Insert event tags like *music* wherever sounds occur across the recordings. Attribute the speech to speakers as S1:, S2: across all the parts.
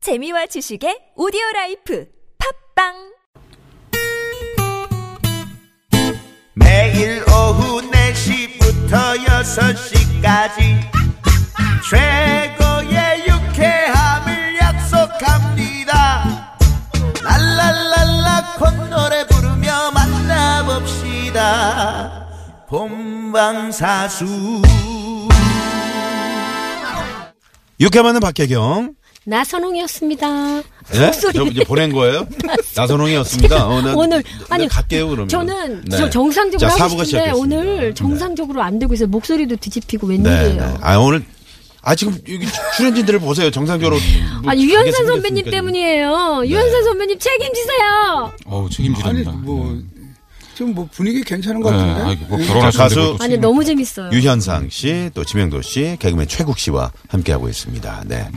S1: 재미와 지식의 오디오 라이프 팝빵
S2: 매일 오후 4시부터 6시까지 최고의 유쾌함을 약속합니다 랄랄랄라 콧노래 부르며 만나봅시다 본방사수
S3: 육회만은 박혜경.
S4: 나선홍이었습니다.
S3: 예?
S4: 목소리.
S3: 저 이제 보낸 거예요? 나선홍이었습니다. 어, 나-
S4: 오늘
S3: 나
S4: 아니
S3: 갈게요 그러면.
S4: 저는
S3: 네.
S4: 저 정상적으로
S3: 자,
S4: 하고
S3: 사부가
S4: 싶은데
S3: 시작했습니다.
S4: 오늘 정상적으로 안 되고 있어요. 목소리도 뒤집히고
S3: 네,
S4: 웬일이에요.
S3: 네. 아 오늘 아 지금 여기 출연진들을 보세요. 정상적으로. 뭐
S4: 아
S3: 가게
S4: 유현상
S3: 생겼으니까
S4: 선배님
S3: 지금. 네.
S4: 때문이에요. 유현상 선배님 책임지세요.
S5: 어우
S6: 아니
S5: 책임지랍니다.
S6: 뭐 좀 뭐 분위기 괜찮은 것
S5: 네.
S6: 같은데. 예.
S5: 아이, 뭐 결혼하신
S3: 가수-
S5: 가수
S4: 아니 너무 재밌어요.
S3: 유현상 씨, 또 지명도 씨, 개그맨 최국 씨와 함께하고 있습니다. 네.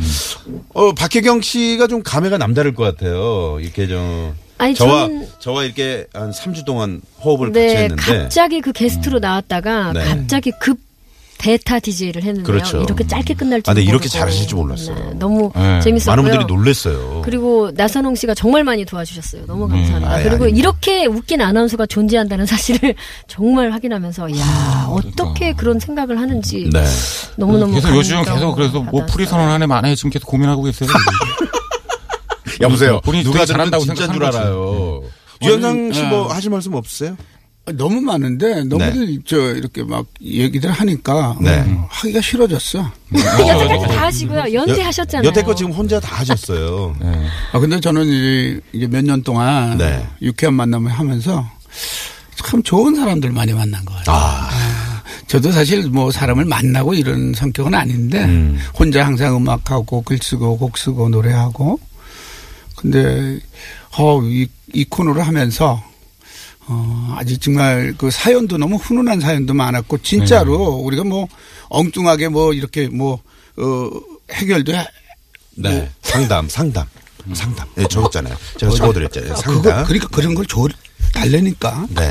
S3: 어, 박혜경 씨가 좀 감회가 남다를 것 같아요. 이렇게 좀.
S4: 아니,
S3: 저와,
S4: 저는-
S3: 저와 이렇게 한 3주 동안 호흡을 같이
S4: 네,
S3: 했는데.
S4: 갑자기 그 게스트로 나왔다가
S3: 네.
S4: 갑자기 급 대타 DJ를 했는데요.
S3: 그렇죠.
S4: 이렇게 짧게 끝날 줄
S3: 아, 근데
S4: 모르고.
S3: 이렇게 잘하실 줄 몰랐어요.
S4: 네, 너무
S5: 네.
S4: 재밌었고요.
S3: 많은 분들이 놀랬어요.
S4: 그리고 나선홍 씨가 정말 많이 도와주셨어요. 너무 감사합니다.
S3: 아이,
S4: 그리고
S3: 아닙니다.
S4: 이렇게 웃긴 아나운서가 존재한다는 사실을 *laughs* 정말 확인하면서 야 어떻게 그런 생각을 하는지
S3: 네.
S4: 너무너무
S5: 계속 요즘
S4: 감동을
S5: 계속 그래서 뭐
S4: 받았어요.
S5: 프리 선언 안에 많아요 지금 계속 고민하고
S3: *laughs*
S5: 계세요.
S3: 여보세요.
S5: 뭐 본인이
S3: 누가
S5: 되게
S3: 잘한다고
S5: 잘한다고
S3: 진짜인 줄
S5: 생각하는 거지.
S3: 알아요. 유현상 씨 뭐
S6: 네.
S3: 하실 말씀 없으세요?
S6: 아, 너무 많은데 너무들 저 이렇게 막 얘기들 하니까
S3: 네.
S6: 하기가 싫어졌어.
S4: 여태까지 다 하시고요. 연기 하셨잖아요.
S3: 여태껏 지금 혼자 다 하셨어요.
S5: 네.
S6: 아 근데 저는 이- 이제 몇 년 동안
S3: 네.
S6: 유쾌한 만남을 하면서 참 좋은 사람들 많이 만난 것 같아요. 저도 사실 뭐 사람을 만나고 이런 성격은 아닌데 혼자 항상 음악하고 글 쓰고 곡 쓰고 노래하고 근데 어이 이 코너를 하면서 어 아직 정말 그 사연도 너무 훈훈한 사연도 많았고 진짜로 우리가 뭐 엉뚱하게 뭐 이렇게 뭐어 해결도 해-
S3: 네. 상담, 상담, 상담. 예, 적었잖아요. 제가
S5: 네.
S3: 적어드렸잖아요. 상담.
S6: 그거 그러니까 그런 걸 줘, 달래니까
S3: 네,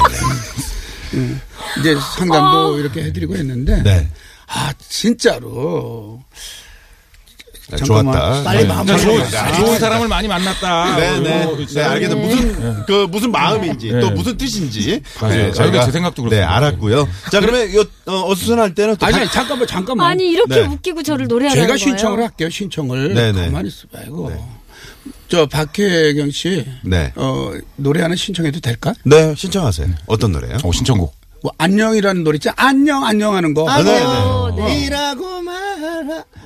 S6: 이제 상담도 이렇게 해드리고 했는데
S3: 네.
S6: 아 진짜로
S3: 네.
S6: 잠깐만.
S3: 좋았다.
S6: 빨리
S3: 네.
S6: 마음을
S5: 그냥 좋은,
S6: 네.
S5: 좋은 사람을 많이 만났다. 뭐,
S3: 네, 네. 네, 알겠다. 무슨, 그, 무슨 마음인지,
S5: 네.
S3: 또 무슨 뜻인지.
S5: 맞아요. 저희가 제 생각도
S3: 네,
S5: 그렇습니다.
S3: 알았고요. 자, 그러면, 요, 어, 어수선할 때는 또.
S6: 아니
S3: 박-
S6: 아니, 잠깐만 잠깐만
S4: 아니
S3: 네.
S4: 이렇게 웃기고 저를 노래하는
S6: 제가
S4: 거예요.
S6: 신청을 할게요 신청을
S3: 네네.
S6: 가만히 있어 말고 저 박혜경 씨
S3: 네.
S6: 어, 노래 하나 신청해도 될까?
S3: 네, 신청하세요. 어떤 노래요?
S5: 어, 신청곡.
S6: 뭐, 안녕이라는 노래 있잖아 안녕 안녕하는 거
S3: 아, 네,
S4: 어, 네.
S6: 이라고 말하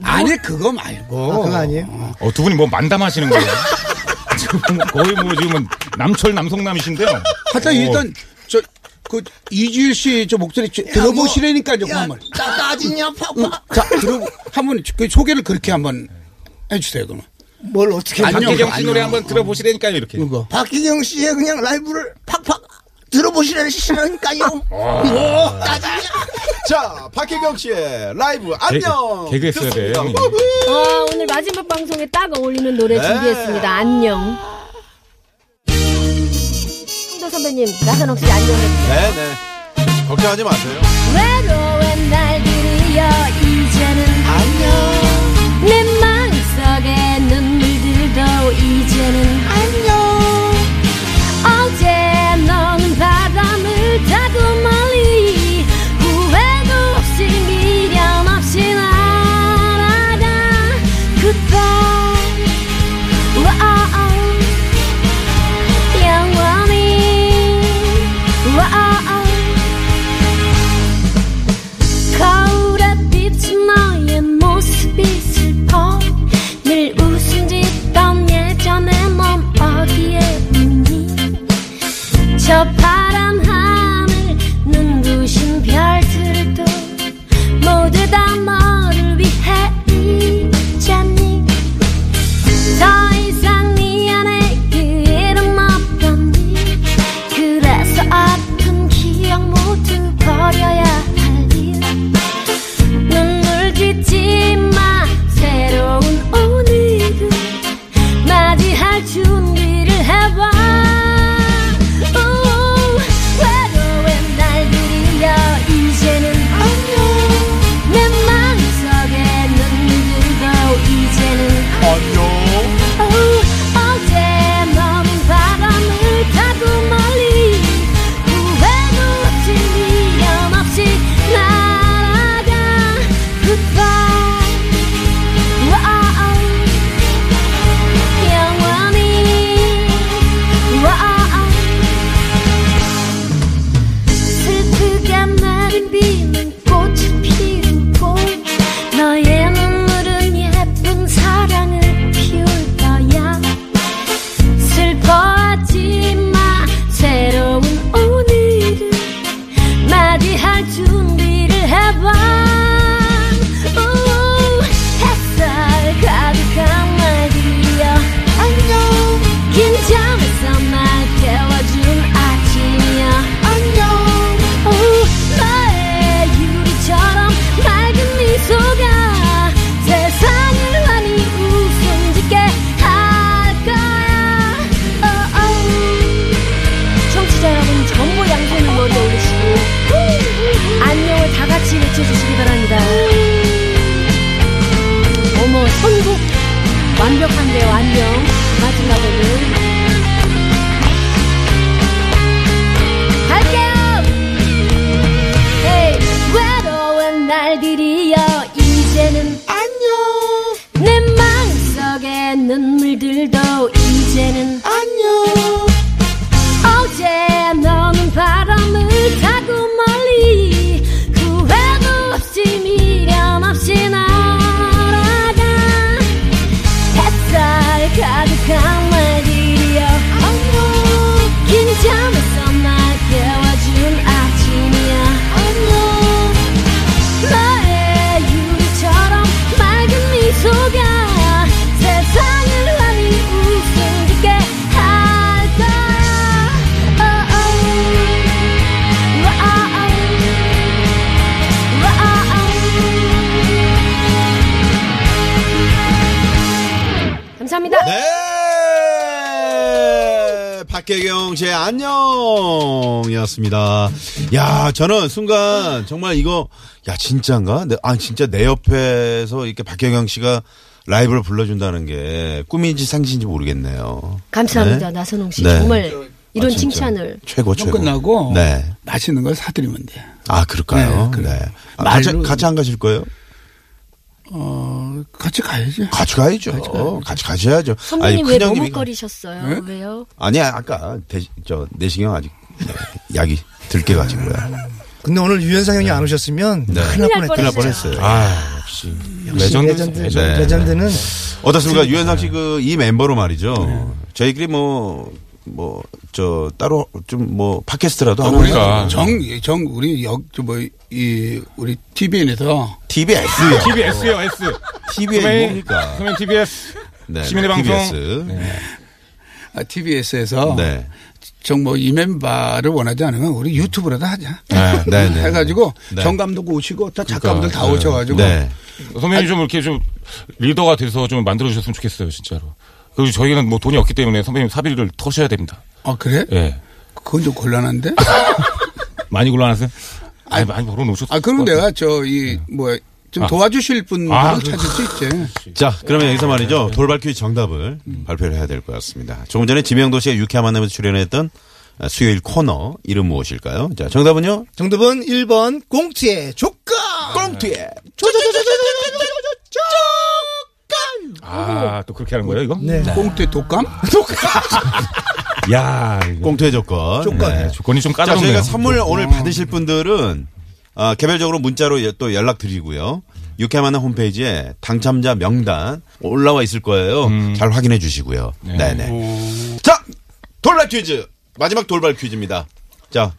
S6: 아니 그거 말고 그거 아니에요?
S5: 어, 두 분이 뭐 만담하시는 거예요? *laughs* 지금 거의 뭐 지금은 남철 남성남이신데요.
S2: 어.
S5: 어,
S6: 하여튼 일단 저 그 이주일 씨 저 목소리 저- 들어보시라니까요 한번
S2: 짜증이야 팍팍
S6: 자, 들어 한번 그 소개를 그렇게 한번 해주세요. 그러면
S2: 뭘 어떻게
S5: 박혜경 씨
S6: 안녕.
S5: 노래 한번 들어보시라니까요 이렇게.
S6: 그거
S2: 박기경 씨의 그냥 라이브를 팍팍 들어보시라니까요 짜증이야
S3: 자, 박혜경 씨의 라이브
S5: 개-
S3: 안녕!
S5: 개그했어야 돼요.
S3: 좋습니다.
S5: 형님.
S4: 아, 오늘 마지막 방송에 딱 어울리는 노래
S3: 네.
S4: 준비했습니다. 안녕. 홍도 선배님 나선홍 씨 안녕해.
S3: 네, 네. 걱정하지 마세요.
S4: 외로운 날들이여 이제는 안녕 내 마음속에 눈물들도 이제는 안녕 어제 넌 바람을 타고 멀리 후회도 없이 미련 없이 날아가 Goodbye 와우. 영원히 와우. 거울에 비친 너의 모습이 슬퍼 네그 어, 그런데요, 안녕. 마지막에는. 갈게요! 에이, 외로운 날들이여, 이제는 안녕. 내 마음속의 눈물들도 이제는 안녕. 어제 너는 바람을 타고 멀리 후회도 없이 미련 없이 날아가 햇살 가득한 날들이여 안녕 긴 잠에서 날 깨워준 아침이야 안녕 나의 유리처럼 맑은 미소가 세상을 환히 웃음 짓게 할까 어, 와우, 어, 와우, 어, 와우. 감사합니다.
S3: 네. 박혜경 씨의 안녕이었습니다. 야, 저는 순간 정말 이거 야 진짜인가? 내- 아 진짜 내 옆에서 이렇게 박혜경 씨가 라이브를 불러준다는 게 꿈인지 상신인지 모르겠네요.
S4: 감사합니다.
S3: 네?
S4: 나선홍 씨
S3: 네.
S4: 정말 이런
S3: 아, 진짜.
S4: 칭찬을
S3: 최고
S6: 좀
S3: 최고.
S6: 끝나고
S3: 네.
S6: 맛있는 걸 사드리면 돼.
S3: 아 그럴까요?
S6: 네,
S3: 네.
S6: 그래요.
S3: 아, 같이
S6: 말로-
S3: 같이 안 가실 거예요?
S6: 어 같이 가야지.
S3: 같이 가야죠. 같이 가셔야죠.
S4: 선배님
S3: 아니,
S4: 왜
S3: 큰 형님이-
S4: 머뭇거리셨어요? 네? 왜요?
S3: 아니야 아까 대, 저 내시경 아직 약이 들깨 가지고요.
S7: 근데 오늘 유현상 형이 안 오셨으면 큰일 날 뻔했다.
S3: 큰일 날 뻔했어요. 아 역시
S5: 레전드.
S7: 레전드,
S3: 네.
S7: 레전드, 레전드는
S3: 어떻습니까? 유현상 씨 그 이 멤버로 말이죠. 저희끼리 뭐, 뭐, 저, 따로 좀 뭐, 팟캐스트라도 하고.
S5: 그러니까.
S6: 정정 우리 역뭐이 우리 TVN에서
S3: TBS요.
S5: TBS요, S.
S3: TBS 뭡니까?
S5: 그러면 TBS.
S3: 아. 네,
S5: 시민의 방송.
S3: TBS. 네.
S6: 아, TBS에서
S2: 네.
S6: 정뭐 이멤바를 원하지 않으면 우리 유튜브라도 하자.
S3: 네, 네, 네.
S6: 해가지고
S3: 네.
S6: 정 감독 오시고 다 작가분들 다
S5: 네.
S6: 오셔가지고
S3: 네.
S5: 선배님 좀 이렇게 좀 리더가 돼서 좀 만들어주셨으면 좋겠어요, 진짜로. 그리고 저희는 뭐 돈이 없기 때문에 선배님 사비를 터셔야 됩니다.
S6: 아 그래?
S5: 예.
S6: 그건 좀 곤란한데.
S5: 많이 곤란하세요? 아니, 많이 벌어놓으셨을
S6: 아 그럼 내가 저 이 뭐야 좀
S5: 아. 도와주실
S6: 도와주실 분을
S5: 아,
S6: 찾을 수 있지.
S3: 자, 그러면 여기서 말이죠. 돌발 퀴즈 정답을 발표를 해야 될 것 같습니다. 조금 전에 지명도 씨가 유쾌한 만남에서 출연했던 아, 수요일 코너 이름 무엇일까요? 자, 정답은요?
S7: 정답은 1번 꽁트의 조건.
S3: 꽁트에.
S5: 아, 또 그렇게 하는 거예요, 이거?
S7: 네.
S6: 꽁트 독감?
S5: 야 이거.
S3: 꽁트의 조건. 조건.
S5: 조건이 좀
S3: 자,
S5: 까다롭네요.
S3: 저희가 선물 오늘 받으실 분들은 아, 개별적으로 문자로 예- 또 연락드리고요. 유쾌만한 홈페이지에 당첨자 명단 올라와 있을 거예요. 잘 확인해 주시고요. 음. 네. 네 자, 돌발 퀴즈. 마지막 돌발 퀴즈입니다. 자,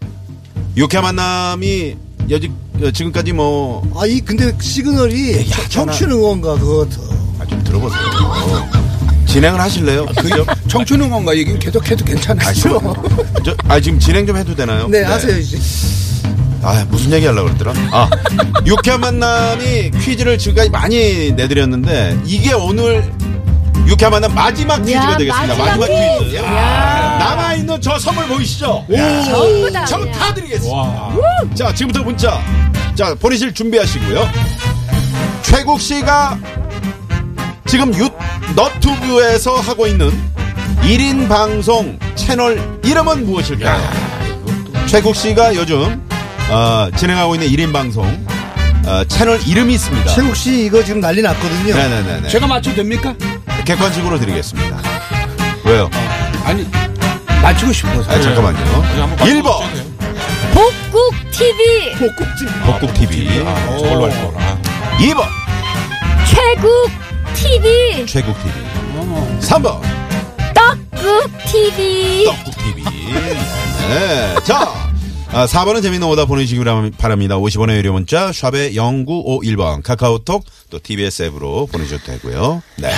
S3: 유쾌 만남이 여지, 여- 지금까지 뭐,
S7: 아, 이 근데 시그널이 청춘 응원가 그거 더.
S3: 아, 좀 들어보세요. 진행을 하실래요?
S6: 아,
S3: 그죠?
S6: 청춘응원가 얘기는 계속 해도
S3: 아,
S6: 괜찮아요.
S3: 저,
S6: *laughs*
S3: 저, 아, 지금 진행 좀 해도 되나요?
S7: 네, 하세요 이제.
S3: 아 무슨 얘기 하려고 그랬더라 아 유쾌한 만남이 퀴즈를 지금까지 많이 내드렸는데 이게 오늘 유쾌한 만남 마지막 퀴즈가
S4: 야,
S3: 되겠습니다 마지막,
S4: 마지막
S3: 퀴즈,
S4: 퀴즈.
S3: 야.
S4: 야.
S3: 남아있는 저 선물 보이시죠
S4: 전부 다
S3: 저
S4: 그냥.
S3: 다 드리겠습니다 자 지금부터 문자 자 보내실 준비하시고요 최국씨가 지금 유 너튜브에서 하고 있는 1인 방송 채널 이름은 무엇일까요? 최국 씨가 요즘 어, 진행하고 있는 1인 방송 어, 채널 이름이 있습니다.
S7: 최국 씨 이거 지금 난리 났거든요.
S3: 네네네네.
S6: 제가 맞춰도 됩니까?
S3: 객관식으로 드리겠습니다. 왜요?
S6: 아니 맞추고 싶어서.
S3: 아, 잠깐만요.
S5: 그냥 네. 한번
S3: 1번
S4: 복국 TV
S3: 복국 TV,
S5: 아, 저걸로 할 걸. 아.
S3: 2번
S4: 최국 TV
S3: 최국 TV, 3번
S4: 떡국 TV
S3: 떡국 TV. 네. 자. 아, 4번은 재밌는 오다 보내시기 바랍니다. 50원의 유료 문자, 샵의 0951번, 카카오톡, 또 TBS 앱으로 보내주셔도 되고요. 네.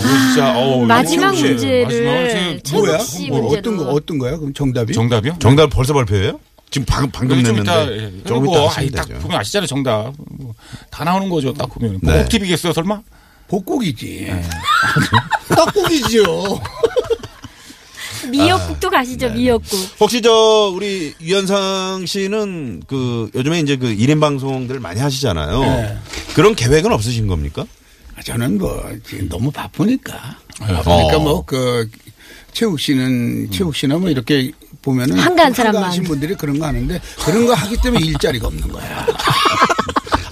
S5: 진짜, 어우,
S4: 마지막
S5: 이거
S4: 문제를
S5: 마지막으로 지금
S6: 뭐야?
S4: 최국 씨
S6: 뭐 어떤 거
S4: 문제로.
S6: 어떤 거야? 그럼 정답이?
S5: 정답이요?
S3: 정답 벌써 발표예요? 지금 방금 방금
S5: 좀
S3: 냈는데
S5: 이따, 예.
S3: 조금
S5: 뭐,
S3: 이따
S5: 아이,
S3: 하시면
S5: 딱
S3: 되죠.
S5: 보면 아시잖아요, 정답. 뭐다 나오는 거죠, 딱 보면.
S3: 네.
S5: 꼭 TV겠어요, 설마?
S6: 복국이지. *laughs*
S7: 떡국이지요.
S4: 미역국도
S3: 아,
S4: 가시죠
S3: 네.
S4: 미역국
S3: 혹시 저 우리 유현상 씨는
S5: 네.
S3: 그 요즘에 이제 그 1인 방송들 많이 하시잖아요. 그런 계획은 없으신 겁니까?
S6: 저는 뭐 지금 너무 바쁘니까. 바쁘니까
S3: 어.
S6: 뭐 그 최욱 씨는 최욱 씨나 뭐 이렇게 보면은
S4: 한가한 사람만.
S6: 하신 분들이 그런 거 하는데 그런 거 하기 때문에 일자리가
S5: *laughs*
S6: 없는 거야.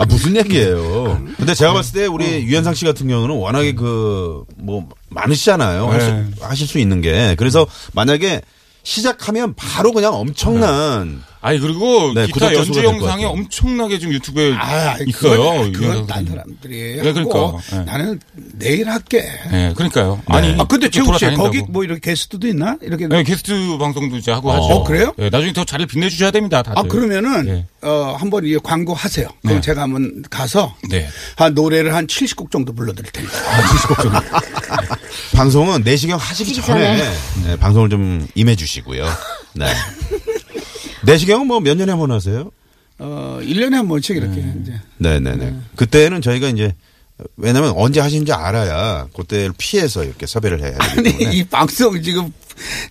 S3: 아 무슨 얘기예요? 근데 제가 봤을 때 우리 유현상 씨 같은 경우는 워낙에 그 뭐 많으시잖아요. 할 수-
S5: 네.
S3: 하실 수 있는 게 그래서 만약에 시작하면 바로 그냥 엄청난
S5: 아니 그리고
S3: 네, 구독자
S5: 기타
S3: 수가
S5: 연주
S3: 될것
S5: 영상이
S3: 같아요.
S5: 엄청나게 지금 유튜브에
S6: 아, 아니,
S5: 있어요.
S6: 그건,
S5: 유현상
S6: 그건 딴
S5: 선생님.
S6: 사람들이
S5: 네,
S6: 하고
S5: 그러니까. 네.
S6: 나는 내일 할게.
S5: 네, 그러니까요. 아니,
S6: 아 근데 최욱 씨
S5: 돌아다닌다고.
S6: 거기 뭐 이렇게 게스트도 있나? 이렇게
S5: 네, 게스트 방송도 이제 하고 하죠.
S6: 어, 그래요?
S5: 네, 나중에 더 자리를 빛내주셔야 됩니다. 다들.
S6: 아 그러면은
S5: 네.
S6: 어 한번 이 광고 하세요. 그럼
S5: 네.
S6: 제가 한번 가서
S5: 네. 아,
S6: 한 노래를 한 70곡 정도 불러드릴 테니까.
S3: 방송은 내시경 하시기
S4: 하시기
S3: 전에
S4: 전에.
S3: 네, 방송을 좀 임해 주시고요. 네. *laughs* 내시경은 뭐 몇 년에 한 번 하세요?
S6: 어 1년에 한 번씩 이렇게 이제
S3: 네네네. 그때는 저희가 이제 왜냐면 언제 하시는지 알아야 그때를 피해서 이렇게 섭외를 해야 되기
S6: 아니
S3: 때문에.
S6: 이 방송 지금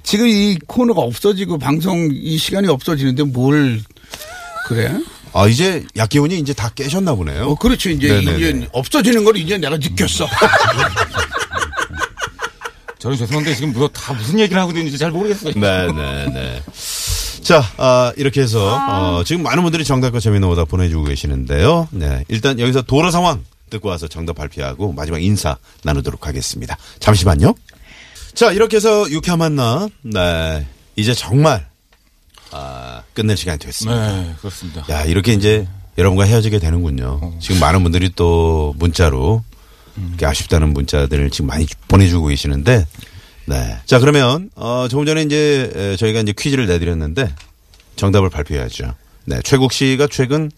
S6: 지금 이 코너가 없어지고 방송 이 시간이 없어지는데 뭘 그래?
S3: 아 이제 약기운이 이제 다 깨셨나 보네요.
S6: 어 그렇죠 이제
S3: 네네네.
S6: 이제 없어지는 걸 이제
S3: *laughs*
S6: 내가 느꼈어.
S5: 저는 죄송한데 지금 뭐 다 무슨 얘기를 하고 있는지 잘 모르겠어요.
S3: 네. 네네네. 자, 아, 이렇게 해서 어, 지금 많은 분들이 정답과 재미있는 오답 보내주고 계시는데요. 네, 일단 여기서 도로 상황 듣고 와서 정답 발표하고 마지막 인사 나누도록 하겠습니다. 잠시만요. 자, 이렇게 해서 유쾌한 만남. 네, 이제 정말 아, 끝낼 시간이 됐습니다.
S5: 네, 그렇습니다.
S3: 야, 이렇게 이제 여러분과 헤어지게 되는군요. 지금 많은 분들이 또 문자로 이렇게 아쉽다는 문자들을 지금 많이 주- 보내주고 계시는데, 네. 자, 그러면, 어, 조금 전에 이제 에, 저희가 이제 퀴즈를 내드렸는데, 정답을 발표해야죠. 네. 최국 씨가 최근,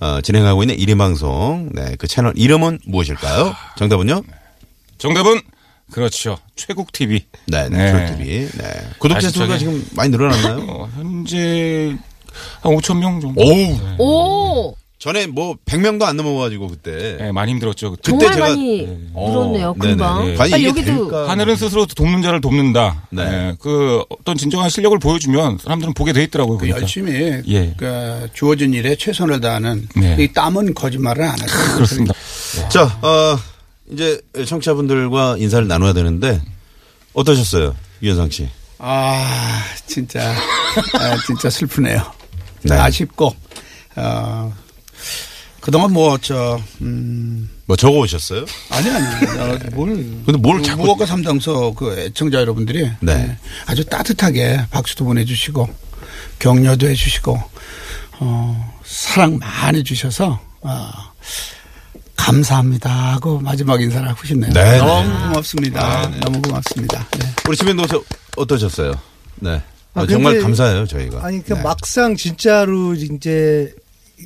S3: 어, 진행하고 있는 1인 방송, 네. 그 채널 이름은 무엇일까요? 정답은요?
S5: 정답은 그렇죠. 최국 TV.
S3: 네, 네.
S5: 네.
S3: 저희들이, 네. 구독자
S5: 아쉽죠,
S3: 수가
S5: 네.
S3: 지금 많이 *laughs* 늘어났나요?
S5: 어, 현재 한 5천 명 정도.
S3: 오우.
S4: 오
S3: 전에 뭐 100명도 안 넘어가지고 그때.
S5: 네, 많이 힘들었죠. 그때.
S3: 정-
S4: 정말
S3: 제가-
S4: 많이
S3: 어,
S4: 늘었네요. 금방.
S3: 네네네. 과연
S4: 빨리
S3: 이게
S4: 여기도
S3: 될까?
S5: 하늘은 스스로 돕는 자를 돕는다.
S3: 음. 네.
S5: 네. 그 어떤 진정한 실력을 보여주면 사람들은 보게 돼 있더라고요.
S6: 그
S3: 네.
S5: 그러니까.
S6: 열심히
S5: 예.
S6: 그 주어진 일에 최선을 다하는
S5: 네.
S6: 이 땀은 거짓말을 안 하죠.
S5: 그렇습니다.
S3: 자, 어, 이제 청취자분들과 인사를 나눠야 되는데 어떠셨어요, 유현상 씨?
S6: 아 진짜 아, 진짜 슬프네요.
S3: 네.
S6: 아쉽고 어, 그동안 뭐저 음,
S3: 뭐 적어 오셨어요?
S6: 아니 아니 어, 뭘
S3: 근데 뭘
S6: 그
S3: 자꾸-
S6: 무허가 삼당서 그 애청자 여러분들이
S3: 네.
S6: 네, 아주 따뜻하게 박수도 보내주시고 격려도 해주시고 어, 사랑 많이 주셔서 어, 감사합니다 하고 마지막 인사를 하고 싶네요.
S3: 네,
S6: 너무
S3: 네.
S6: 고맙습니다.
S3: 아, 네.
S6: 너무 고맙습니다. 네.
S3: 우리 지민도 저- 어떠셨어요? 네.
S7: 아,
S3: 아, 정말
S7: 근데-
S3: 감사해요 저희가.
S7: 아니 그
S3: 네.
S7: 막상 진짜로 이제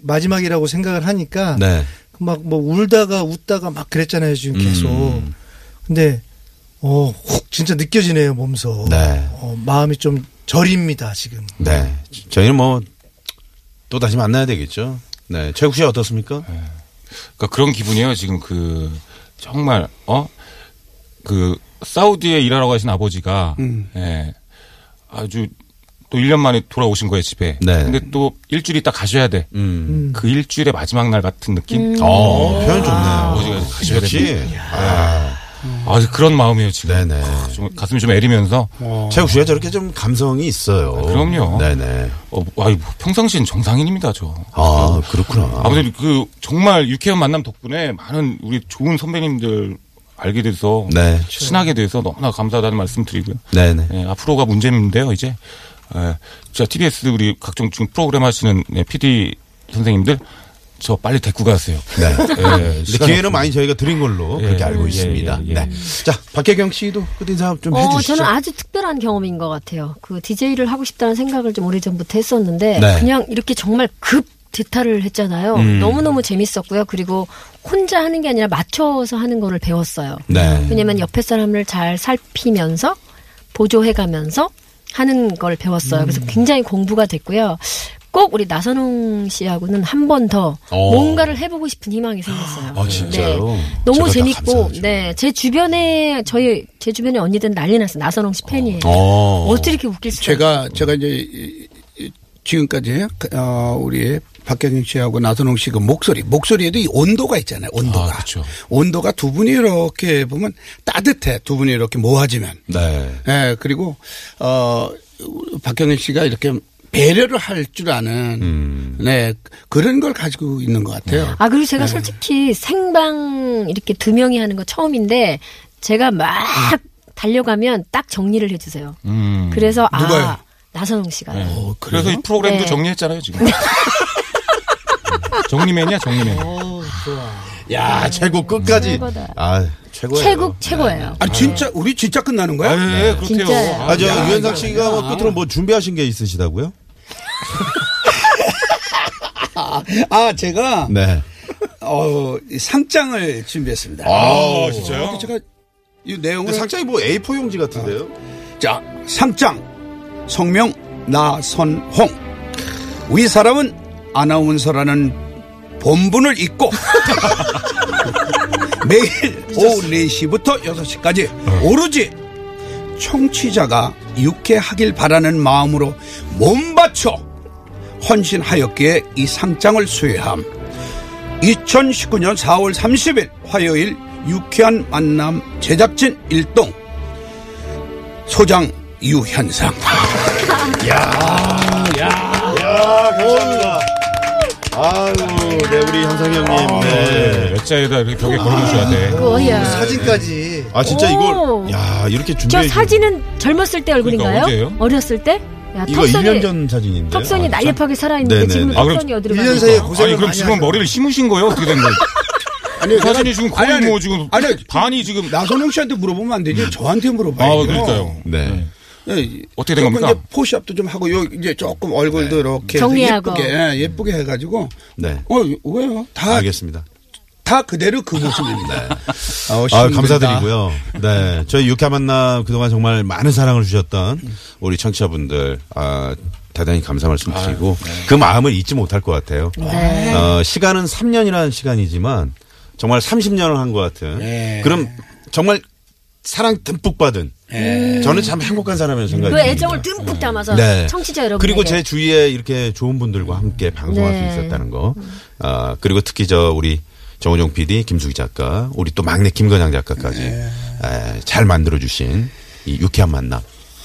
S7: 마지막이라고 생각을 하니까
S3: 네.
S7: 막 뭐 울다가 웃다가 막 그랬잖아요 지금 계속.
S3: 음.
S7: 근데 어, 혹 진짜 느껴지네요 몸소.
S3: 네.
S7: 어, 마음이 좀 저립니다 지금.
S3: 네. 저희는 뭐 또 다시 만나야 되겠죠. 네. 최국 씨 어떻습니까?
S5: 그러니까 그런 기분이에요. 지금 그 정말 어 그 사우디에 일하러 가신 아버지가 예, 아주 또 1년 만에 돌아오신 거예요 집에.
S3: 네.
S5: 근데 또 일주일 있다 가셔야 돼.
S3: 음.
S5: 그 일주일의 마지막 날 같은 느낌.
S3: 어, 표현 좋네요.
S5: 아버지가 가셔야
S3: 역시
S5: 돼. 아 그런 마음이에요 지금.
S3: 네네. 어.
S5: 아, 좀 가슴이 좀 애리면서
S3: 최국 씨가 저렇게 좀 감성이 있어요.
S5: 어. 아, 그럼요.
S3: 네네.
S5: 어, 아이 뭐 평상시엔 정상인입니다 저.
S3: 아 그렇구나.
S5: 아무튼 그 정말 유쾌한 만남 덕분에 많은 우리 좋은 선배님들 알게 돼서
S3: 네.
S5: 친하게 돼서 너무나 감사하다는 말씀 드리고요.
S3: 네네.
S5: 예, 앞으로가 문제인데요, 이제. 예, 진짜 TBS 우리 각종 지금 프로그램 하시는 예, PD 선생님들, 저 빨리 데리고 가세요.
S3: 네.
S5: *laughs* 예,
S3: 근데
S5: 시간
S3: 기회는
S5: 없습니다.
S3: 많이 저희가 드린 걸로
S5: 예,
S3: 그렇게 알고
S5: 예,
S3: 있습니다.
S5: 예, 예.
S3: 네. 자, 박혜경 씨도 끝인사 좀
S4: 어,
S3: 해주시죠.
S4: 저는 아주 특별한 경험인 것 같아요. 그 DJ를 하고 싶다는 생각을 좀 오래전부터 했었는데
S3: 네. 음.
S4: 그냥 이렇게 정말 급 대타를 했잖아요. 너무너무 재밌었고요. 그리고 혼자 하는 게 아니라 맞춰서 하는 거를 배웠어요.
S3: 네.
S4: 왜냐면 옆에 사람을 잘 살피면서 보조해 가면서 하는 걸 배웠어요. 그래서
S3: 음.
S4: 굉장히 공부가 됐고요. 꼭 우리 나선홍 씨하고는 한 번 더
S3: 어.
S4: 뭔가를 해보고 싶은 희망이 생겼어요. 네.
S3: 아, 진짜요? 제가
S4: 너무
S3: 다
S4: 재밌고,
S3: 감사하죠.
S4: 네. 제 주변에, 저희, 제 주변에 언니들 난리 났어요. 나선홍 씨 팬이에요.
S3: 어.
S4: 어떻게 이렇게 웃길 수가
S6: 제가 제가 이제 이- 이- 지금까지 어, 우리 박경영 씨하고 나선홍 씨 그 목소리 목소리에도 이 온도가 있잖아요. 온도가
S5: 아, 그쵸.
S6: 온도가 두 분이 이렇게 보면 따뜻해. 두 분이 이렇게 모아지면
S3: 네.
S6: 예, 그리고, 어, 박경일 씨가 이렇게 배려를 할 줄 아는,
S5: 음.
S6: 네, 그런 걸 가지고 있는 것
S5: 네.
S6: 같아요.
S4: 아 그리고 제가 솔직히 생방 이렇게 두 명이 하는 거 처음인데 제가 막 달려가면 딱 정리를 해주세요.
S5: 음.
S4: 그래서
S6: 누가요?
S4: 아 나선홍 씨가
S6: 어, 그래요?
S5: 그래서 이 프로그램도
S4: 네.
S5: 정리했잖아요 지금. 정리맨이야 정리맨.
S4: 어?
S3: 야, 최고 끝까지.
S4: 최고다.
S3: 아, 최고예요.
S4: 최고 최고예요.
S6: 아, 진짜, 우리 진짜 끝나는
S5: 아,
S6: 거야?
S5: 예, 그렇대요.
S4: 진짜요.
S3: 아, 저 유현상 씨가 뭐 끝으로 뭐 준비하신 게 있으시다고요?
S6: 아, 제가,
S3: 네.
S6: 어, 이 상장을 준비했습니다. 어,
S5: 아, 진짜요?
S6: 제가 이 내용을.
S3: 근데 상장이 뭐 A4 용지 같은데요?
S6: 자, 상장. 성명 나선홍. 위 사람은 아나운서라는 본분을 잊고 *laughs* 매일 오후 4시부터 6시까지 오로지 청취자가 유쾌하길 바라는 마음으로 몸바쳐 헌신하였기에 이 상장을 수여함. 2019년 4월 30일 화요일 유쾌한 만남 제작진 일동 소장 유현상.
S3: 야, 감사합니다. 아유, 네, 우리 현상 형님. 네.
S5: 몇 자에다 이렇게 벽에 걸어놓으셔야
S4: 아,
S5: 돼.
S4: 뭐야.
S7: 사진까지.
S3: 아, 진짜
S4: 오.
S3: 이걸, 야, 이렇게
S4: 예. 저
S3: 준비해.
S4: 사진은 젊었을 때 얼굴인가요?
S5: 그러니까 언제예요?
S4: 어렸을 때? 야,
S3: 이거 1년 전 사진인데.
S4: 턱선이 날렵하게 살아있는데
S3: 네네네.
S4: 지금
S3: 아,
S5: 그럼
S4: 턱선이 어디로
S7: 일
S4: 가
S7: 년
S4: 있
S7: 사이에
S4: 요
S7: 고생을
S5: 아니 그럼
S7: 많이
S5: 지금
S7: 하죠.
S5: 머리를 심으신 거예요? 어떻게 된 거예요?
S6: 아니,
S5: 사진이 지금 거의
S6: 아니, 아니.
S5: 뭐 지금
S6: 아니,
S5: 반이 지금
S6: 나선홍 씨한테 물어보면 안 되지. 저한테
S5: 아
S6: 물어봐요.
S5: 그러니까요.
S3: 네.
S6: 예,
S5: 어떻게 된
S6: 조금
S5: 겁니까? 네.
S6: 이제 포샵도 좀 하고 요 이제 조금 얼굴도 이렇게 해서
S4: 정리하고.
S6: 예쁘게 예, 예쁘게 해가지고
S3: 네.
S6: 어 왜요? 다 다
S3: 알겠습니다.
S6: 그대로 그 모습입니다. 아우,
S3: *laughs* 아,
S6: 힘들다.
S3: 감사드리고요. 네. 저희 유쾌한 만남 그동안 정말 많은 사랑을 주셨던 우리 청취자분들, 아, 대단히 감사 말씀
S6: 아,
S3: 드리고
S6: 네.
S3: 그 마음을 잊지 못할 것 같아요.
S4: 네.
S3: 어, 시간은 3년이라는 시간이지만 정말 30년을 한 것 같은
S6: 네.
S3: 그럼 정말 사랑 듬뿍 받은
S6: 네.
S3: 저는 참 행복한 사람이라는 생각이
S4: 그
S3: 듭니다.
S4: 애정을 듬뿍 담아서
S3: 네.
S4: 청취자 여러분
S3: 그리고 제 주위에 이렇게 좋은 분들과 함께 방송할
S4: 네.
S3: 수 있었다는 거. 아, 그리고 특히 저 우리 정호종 PD, 김수기 작가, 우리 또 막내 김건양 작가까지 에, 잘 만들어 주신 이 유쾌한 만남.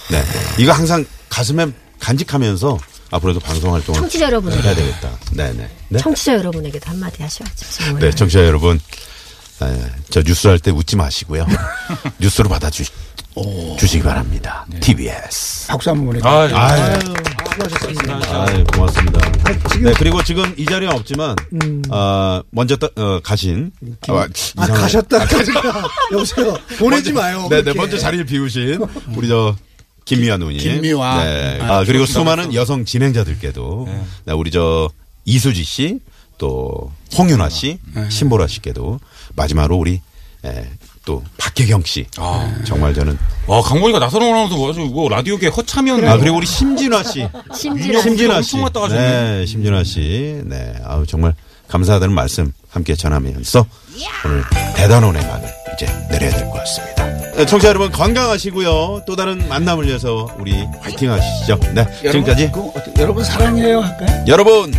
S3: 네. 이거 항상 가슴에 간직하면서 앞으로도 방송 활동을
S4: 청취자 여러분.
S3: 해야 되겠다. 네, 네. 네.
S4: 청취자 여러분에게도 한마디 하셔야죠. 정말.
S3: 네, 청취자 여러분. 에, 저 뉴스 할 때 웃지
S4: *laughs*
S3: 마시고요. 뉴스로 받아 주 주시기 바랍니다. TBS.
S6: 박수 한번 보내.
S5: 아,
S3: 네. 아유, 아유, 고맙습니다. 네, 그리고 지금 이 자리는 없지만, 어, 먼저 떠- 어, 가신. 아,
S7: 음. 아,
S3: 이상하네.
S7: 가셨다. *laughs* 여보세요. 보내지 마요.
S3: 네, 네,
S7: 그렇게.
S3: 먼저 자리를 비우신 우리 저 김미화 누님.
S6: 김미화.
S3: 네. 아, 그리고 수많은 여성 진행자들께도 네, 우리 저 이수지 씨, 또 홍윤아 씨,
S7: 네.
S3: 신보라 씨께도 마지막으로 우리 예, 또 박혜경 씨.
S7: 아.
S3: 정말 저는.
S5: 와 아, 강원이가 나서롱 아나운서 아주 뭐 라디오계 허참이었네.
S3: 아, 그리고 우리 심진화 씨.
S4: 심지어
S3: 심진아 씨.
S5: 엄청 왔다 가셨네.
S3: 네, 심진아 씨. 네. 아우 정말 감사하다는 말씀 함께 전하면서 오늘 대단한 음악을 이제 내려야 될 것 같습니다. 네, 청취자 여러분 건강하시고요. 또 다른 만남을 위해서 우리 화이팅 하시죠. 네. 지금까지
S6: 여러분, 그 어떻게- 여러분 사랑해요 할까요?
S3: 여러분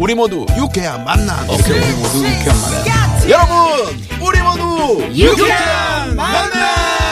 S3: 우리 모두 유쾌한 만남.
S5: 어,
S6: 네, 모두 이렇게 한 말이야.
S3: 여러분 우리 모두 유쾌한 만남.